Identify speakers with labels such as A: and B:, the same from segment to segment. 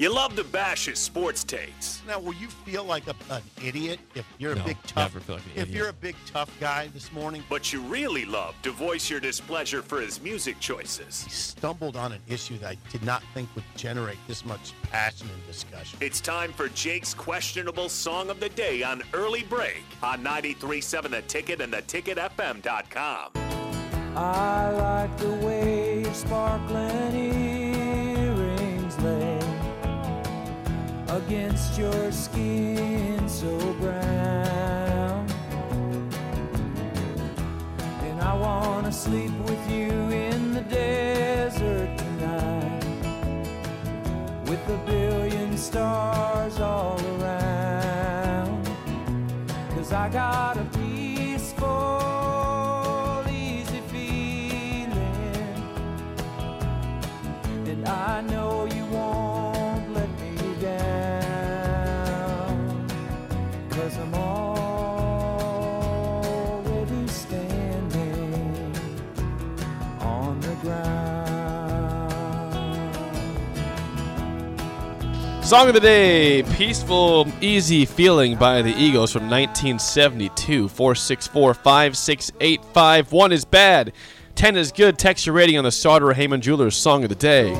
A: You love to bash his sports takes.
B: Now, will you feel like a, an idiot if you're a
C: No,
B: big tough?
C: never feel like an
B: if
C: idiot.
B: you're a big tough guy this morning,
A: But you really love to voice your displeasure for his music choices.
B: I stumbled on an issue that I did not think would generate this much passion and discussion.
A: It's time for Jake's questionable song of the day on Early Break on 93.7 The Ticket and theticketfm.com.
D: I like the way your sparkling earrings lay against your skin so brown. And I wanna sleep with you in the desert tonight with a billion stars all around. Cause I got a peaceful, easy feeling. And I know you won't let me down. Cause I'm already standing on the ground.
C: Song of the day, Peaceful Easy Feeling by the Eagles from 1972. 464 568 1 is bad. 10 is good. Text your rating on the Sauter Heyman Jewelers Song of the Day.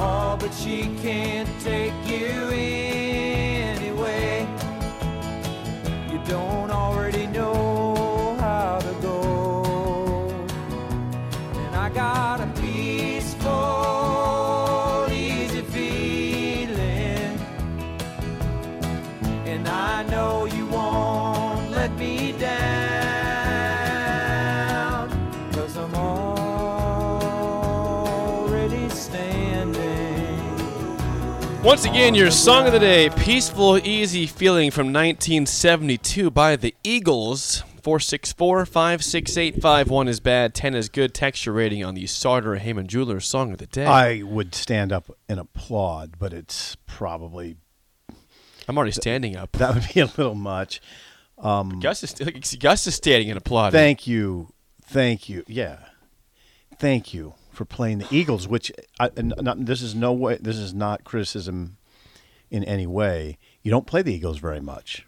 D: Oh, but she can't take you anyway. You don't already know how to go. And I got a peaceful, easy feeling. And I know you won't let me down. Cause I'm already standing.
C: Once again, your song of the day, Peaceful Easy Feeling from 1972 by the Eagles. 464 568 1 is bad. 10 is good. Text your rating on the Sauter Heyman Jewelers Song of the Day.
E: I would stand up and applaud, but it's probably
C: I'm already standing up.
E: that would be a little much.
C: Gus is, Gus is standing and applauding.
E: Thank you, thank you, yeah, thank you for playing the Eagles. Which I, and not, this is no way. This is not criticism in any way. You don't play the Eagles very much.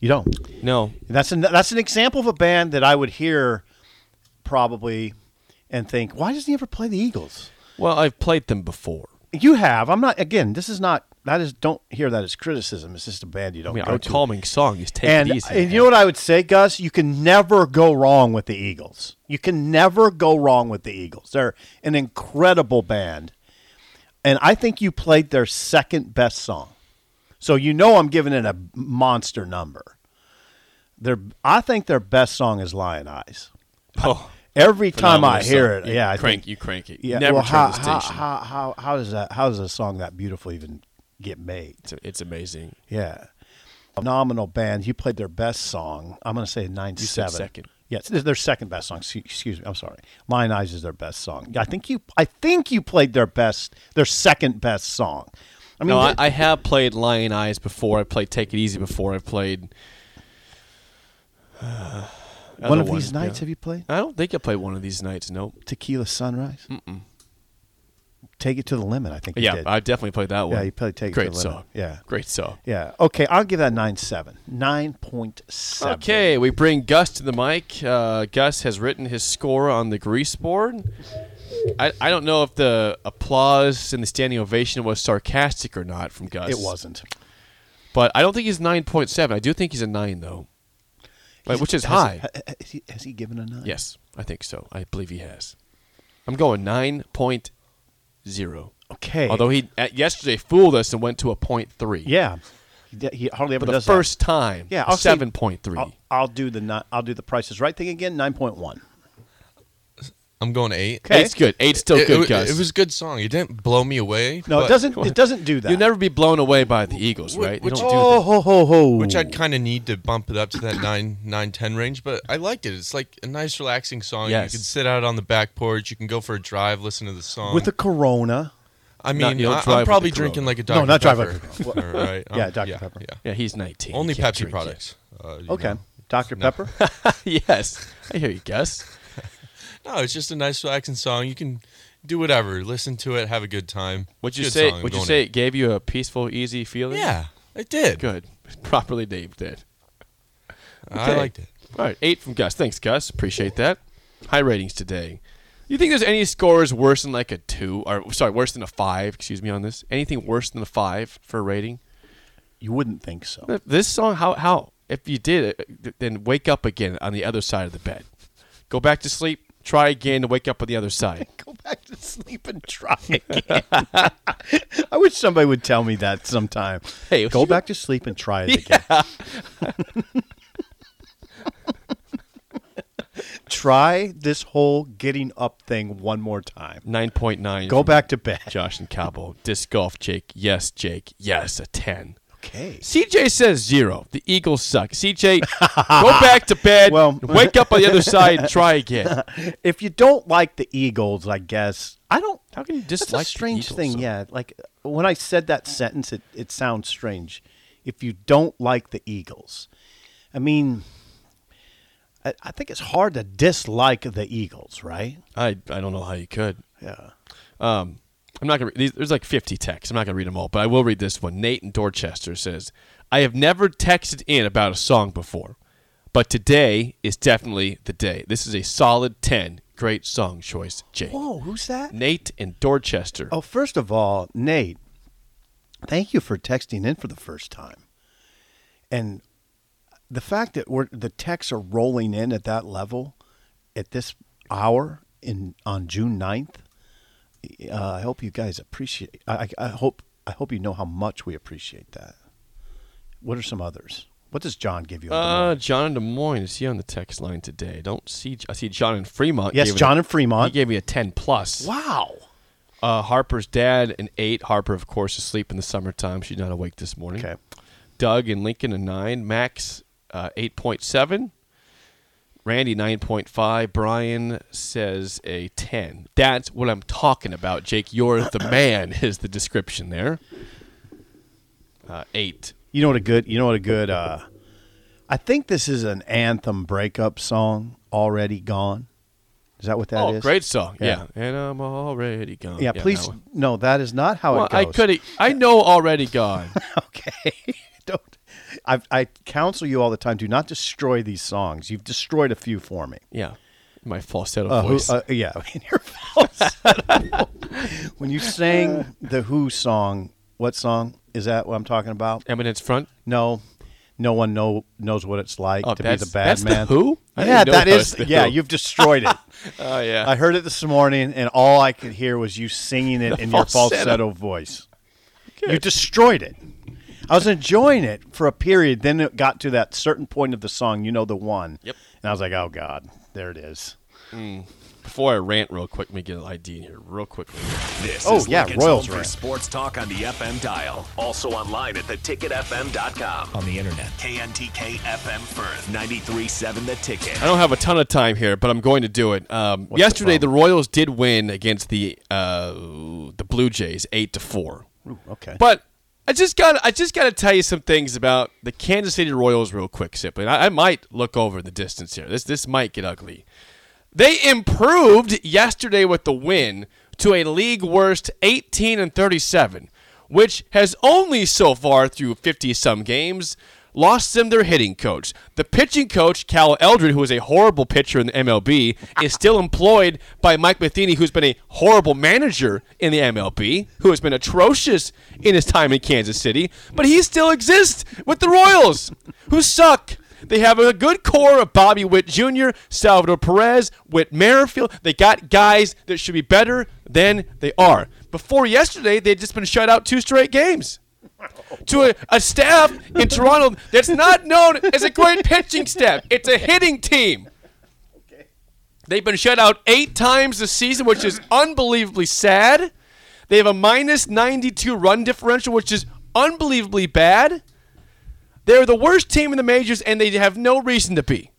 E: You don't.
C: no.
E: That's an that's an example of a band that I would hear probably and think, why does he ever play the Eagles?
C: Well, I've played them before.
E: You have. I'm not. Again, this is not. That is. Don't hear that as criticism. It's just a band you don't.
C: I mean,
E: go
C: our
E: to.
C: calming song is "Take
E: and, uh,
C: It Easy."
E: and you know what I would say, Gus? You can never go wrong with the Eagles. You can never go wrong with the Eagles. They're an incredible band. And I think you played their second best song. So you know I'm giving it a monster number. Their I think their best song is Lion Eyes.
C: Oh,
E: Every time
C: phenomenal
E: I hear
C: song.
E: it,
C: You
E: yeah, I
C: crank
E: think,
C: you crank it.
E: yeah.
C: Never
E: well,
C: turn
E: how,
C: the
E: how,
C: station.
E: how how how does that how does a song that beautiful even get made?
C: It's, it's amazing.
E: Yeah. Phenomenal band. You played their best song. I'm going to say 9
C: said
E: 7.
C: second.
E: Yeah, it's their second best song. Excuse- Excuse me. I'm sorry. Lion Eyes is their best song. I think you I think you played their best their second best song. I mean
C: No, I,
E: th-
C: I have played "Lion Eyes" before. I played "Take It Easy" before. I played uh,
E: one
C: other
E: of these
C: yeah.
E: nights have you played
C: I don't think I played one of these nights. Nope.
E: Tequila Sunrise? Mm-mm. Take it to the limit, I think you
C: Yeah,
E: did.
C: I definitely played that one.
E: you played Take It to
C: Great
E: the Limit.
C: song.
E: Yeah.
C: Great song.
E: yeah. Okay, I'll give that 9 7. 9.7.
C: Okay, we bring Gus to the mic. Uh, Gus has written his score on the grease board. I, I don't know if the applause and the standing ovation was sarcastic or not from Gus.
E: It wasn't.
C: But I don't think he's 9.7. I do think he's a 9, though, but,
E: He's-
C: which is
E: has
C: high.
E: He, ha- has, he, has he given a 9?
C: yes, I think so. I believe he has. I'm going 9.0.
E: Okay.
C: Although he at, yesterday fooled us and went to a 0.3.
E: Yeah, he, d- he hardly ever
C: For the
E: does
C: first time.
E: That. Yeah,
C: a
E: I'll say-
C: 7.3.
E: I'll, I'll do the ni- I'll do the prices right thing again. Nine point one.
F: I'm going eight.
E: Okay.
C: Eight's good. Eight's still
F: it,
C: good,
F: it,
C: Gus.
F: It was a good song. It didn't blow me away.
E: No,
F: but-
E: it doesn't. It doesn't do that.
C: You'll never be blown away by the Eagles,
F: Which-
C: right? You
F: which-
C: don't do
E: Oh
C: that.
E: ho ho ho.
F: Which I'd kind of need to bump it up to that nine, nine, ten range. But I liked it. It's like a nice, relaxing song.
C: Yes.
F: You can sit out on the back porch. You can go for a drive, listen to the song.
E: with a Corona.
F: I
C: Not-
F: mean,
C: you'll
F: I,
C: drive
F: I'm
C: with
F: probably
C: the
F: drinking
C: Corona.
F: like a Dr.
E: No, not drive
F: Pepper.
E: with-
F: All right.
E: Yeah,
F: Um,
E: Dr. Pepper.
F: Yeah.
C: Yeah, he's 19. He
F: Only
C: can't
F: Pepsi
C: drink
F: products. Uh, you
E: Okay,
F: know.
E: Dr Pepper.
C: yet. yes, I hear you, Gus.
F: No, it's just a nice, relaxing song. You can do whatever, listen to it, have a good time.
C: Would you
F: Good
C: say?
F: song
C: Would you
F: going
C: say
F: in.
C: it gave you a peaceful, easy feeling?
F: Yeah, I did.
C: Good. Properly named it.
F: I
C: Okay.
F: liked it.
C: All right, eight from Gus. Thanks, Gus. Appreciate that. High ratings today. You think there's any scores worse than like a two, or sorry, worse than a five? Excuse me on this. Anything worse than a five for a rating?
E: You wouldn't think so.
C: Th- This song, how how if you did it, then wake up again on the other side of the bed. Go back to sleep. Try again to wake up on the other side.
E: Go back to sleep and try again. I wish somebody would tell me that sometime.
C: Hey,
E: go
C: you-
E: back to sleep and try it again. try this whole getting up thing one more time.
C: Nine point nine.
E: Go back to bed.
C: Josh and Cabo. Disc golf, Jake. Yes, Jake. Yes, a ten.
E: Okay.
C: CJ says zero. The Eagles suck. CJ, go back to bed.
E: Well-
C: wake up on the other side and try again.
E: If you don't like the Eagles, I guess I don't.
C: How can you
E: That's
C: dislike the
E: a strange
C: Eagles
E: thing.
C: so-
E: Yeah, like when I said that sentence, it it sounds strange. If you don't like the Eagles, I mean, I, I think it's hard to dislike the Eagles, right?
C: I, I don't know how you could.
E: Yeah.
C: I'm not gonna. Read, these- there's like 50 texts. I'm not gonna read them all, but I will read this one. Nate in Dorchester says, "I have never texted in about a song before, but today is definitely the day. This is a solid 10. Great song choice, Jake."
E: Whoa, who's that?
C: Nate in Dorchester.
E: Oh, first of all, Nate, thank you for texting in for the first time. And the fact that we're the texts are rolling in at that level at this hour in on June 9th, uh, I hope you guys appreciate I, I I hope I hope you know how much we appreciate that. What are some others? What does John give you?
C: Uh, John in Des Moines. Is he on the text line today? Don't see. I see John in Fremont.
E: yes,
C: gave it
E: John
C: a-
E: and Fremont.
C: He gave me a 10 plus.
E: wow.
C: Uh, Harper's dad, an 8. Harper, of course, asleep in the summertime. She's not awake this morning.
E: Okay.
C: Doug and Lincoln, a 9. Max, uh, 8.7. Randy, 9.5. Brian says a 10. That's what I'm talking about, Jake. You're the man, is the description there. Uh, 8.
E: You know what a good you know what a good uh I think this is an anthem breakup song already gone. Is that what that
C: oh,
E: is?
C: great song. Yeah.
E: Yeah.
C: And I'm already gone.
E: Yeah,
C: that
E: please
C: one.
E: no, that is not how
C: Well,
E: it goes.
C: I could have. I know already gone.
E: Okay. Don't I I counsel you all the time do not destroy these songs. You've destroyed a few for me.
C: Yeah. My falsetto
E: Uh, who,
C: voice.
E: uh, yeah, in your falsetto. when you sang the Who song, what song is that? What I'm talking about?
C: Eminence front.
E: No, no one know knows what it's like
C: Oh,
E: to be
C: that's-
E: the bad
C: that's the
E: man.
C: Who? I
E: yeah,
C: didn't know
E: that
C: that
E: is.
C: was the
E: yeah,
C: Who.
E: you've destroyed it.
C: Oh yeah.
E: I heard it this morning, and all I could hear was you singing it
C: falsetto.
E: in your falsetto voice. You destroyed it. I was enjoying it for a period. Then it got to that certain point of the song, you know, the one.
C: Yep.
E: And I was like, oh God, there it is.
C: Before I rant real quick, let me get an ID in here real quickly.
A: This
E: Oh,
A: is
E: yeah,
A: Lincoln's
E: Royals
A: home for
E: rant.
A: sports talk on the FM dial. Also online at theticketfm.com.
G: on the internet.
A: KNTK FM Firth, 93.7 The Ticket.
C: I don't have a ton of time here, but I'm going to do it. Um, yesterday, the, Royals did win against the uh, the Blue Jays, eight to four.
E: Okay.
C: But I just got I just got to tell you some things about the Kansas City Royals real quick, Sip. And I, I might look over the distance here. This this might get ugly. They improved yesterday with the win to a league worst 18 and 37, which has only so far through 50 some games lost them their hitting coach. The pitching coach, Cal Eldred, who is a horrible pitcher in the MLB, is still employed by Mike Matheny, who's been a horrible manager in the MLB, who has been atrocious in his time in Kansas City, but he still exists with the Royals, who suck. They have a good core of Bobby Witt Jr., Salvador Perez, Whit Merrifield. They got guys that should be better than they are. Before yesterday, they'd just been shut out two straight games. To a, a staff in Toronto that's not known as a great pitching staff, it's a hitting team. They've been shut out eight times this season, which is unbelievably sad. They have a minus 92 run differential, which is unbelievably bad. They're the worst team in the majors, and they have no reason to be.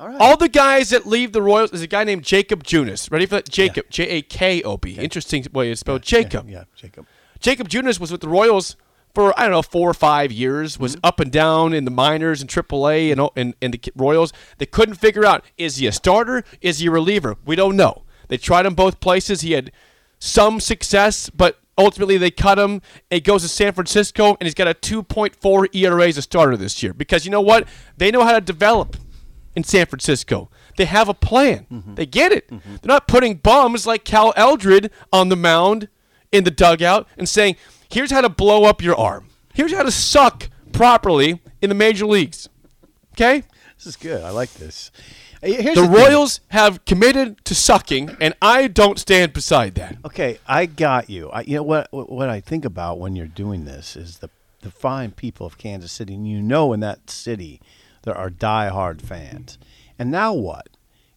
C: All, right. All the guys that leave the Royals is a guy named Jacob Junis. Ready for that? Jacob, J A K O B. Interesting way it's spelled. Jacob.
E: Yeah, Jacob.
C: Jacob Junis was with the Royals for I don't know four or five years. Was up and down in the minors and AAA and and, and the Royals. They couldn't figure out is he a starter? Is he a reliever? We don't know. They tried him both places. He had some success, but ultimately they cut him. It goes to San Francisco, and he's got a 2.4 ERA as E a starter this year because you know what? They know how to develop in San Francisco. They have a plan.
E: Mm-hmm.
C: They get it. They're not putting bums like Cal Eldred on the mound in the dugout and saying, "Here's how to blow up your arm. Here's how to suck properly in the major leagues." Okay?
E: This is good. I like this. Hey, Here's
C: the
E: the thing.
C: Royals have committed to sucking, and I don't stand beside that.
E: Okay, I got you. I, you know what? what- What I think about when you're doing this is the the fine people of Kansas City, and you know, in that city, there are diehard fans. And now what?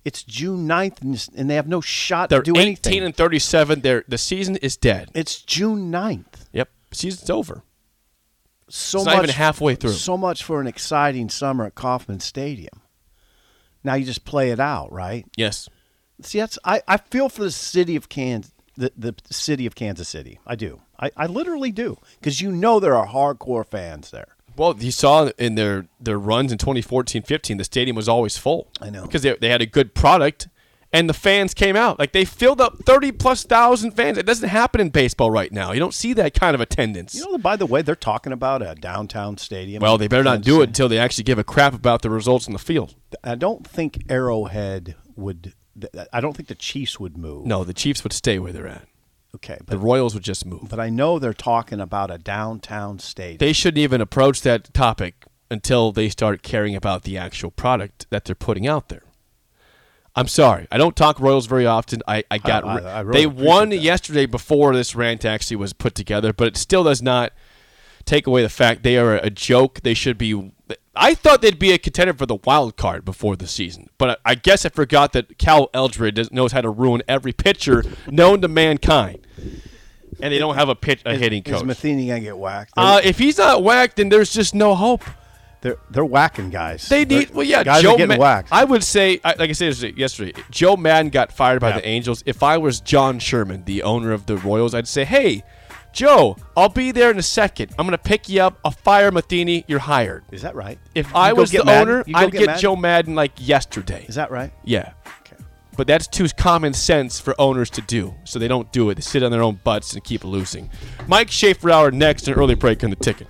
E: It's June 9th, and, s- and they have no shot
C: They're
E: to do
C: 18
E: anything.
C: and 37. They're, the season is dead.
E: it's June 9th.
C: Yep. Season's over.
E: So
C: It's
E: much
C: not even halfway through.
E: So much for an exciting summer at Kauffman Stadium. Now you just play it out, right?
C: Yes.
E: See, that's I, I feel for the city of Kansas, the, the city of Kansas City. I do. I, I literally do because you know there are hardcore fans there.
C: Well, you saw in their, their runs in 2014 15, the stadium was always full.
E: I know.
C: Because they, they had a good product, and the fans came out. Like, they filled up 30 plus thousand fans. It doesn't happen in baseball right now. You don't see that kind of attendance.
E: You know, by the way, they're talking about a downtown stadium.
C: well, they better not do it until they actually give a crap about the results on the field.
E: I don't think Arrowhead would. th- I don't think the Chiefs would move.
C: No, the Chiefs would stay where they're at.
E: Okay,
C: The
E: but
C: Royals would just move.
E: but I know they're talking about a downtown stadium.
C: they shouldn't even approach that topic until they start caring about the actual product that they're putting out there. I'm sorry, I don't talk Royals very often. I, I got
E: I- I really
C: they won
E: appreciate that.
C: yesterday before this rant actually was put together, but it still does not take away the fact they are a joke. They should be. I thought they'd be a contender for the wild card before the season, but I, I guess I forgot that Cal Eldred does- knows how to ruin every pitcher known to mankind, and they don't have a pitch a hitting
E: Is
C: coach.
E: Matheny gonna get whacked? They're,
C: Uh, if he's not whacked, then there's just no hope.
E: they're, they're whacking guys.
C: They need.
E: They're-
C: Well, yeah,
E: guys
C: Joe
E: are getting
C: Ma-
E: whacked.
C: I would say, I- like I said yesterday- yesterday, Joe Madden got fired by the Angels. If I was John Sherman, the owner of the Royals, I'd say, hey, Joe, I'll be there in a second. I'm gonna pick you up. I'll fire Matheny. You're hired.
E: is that right?
C: If I
E: You go
C: was the
E: get Madden?
C: owner,
E: You go
C: I'd get,
E: Madden?
C: Joe Madden like yesterday.
E: Is that right?
C: yeah.
E: Okay.
C: But that's too common sense for owners to do, so they don't do it. They sit on their own butts and keep losing. Mike Schaefer, hour next, an early break on the ticket.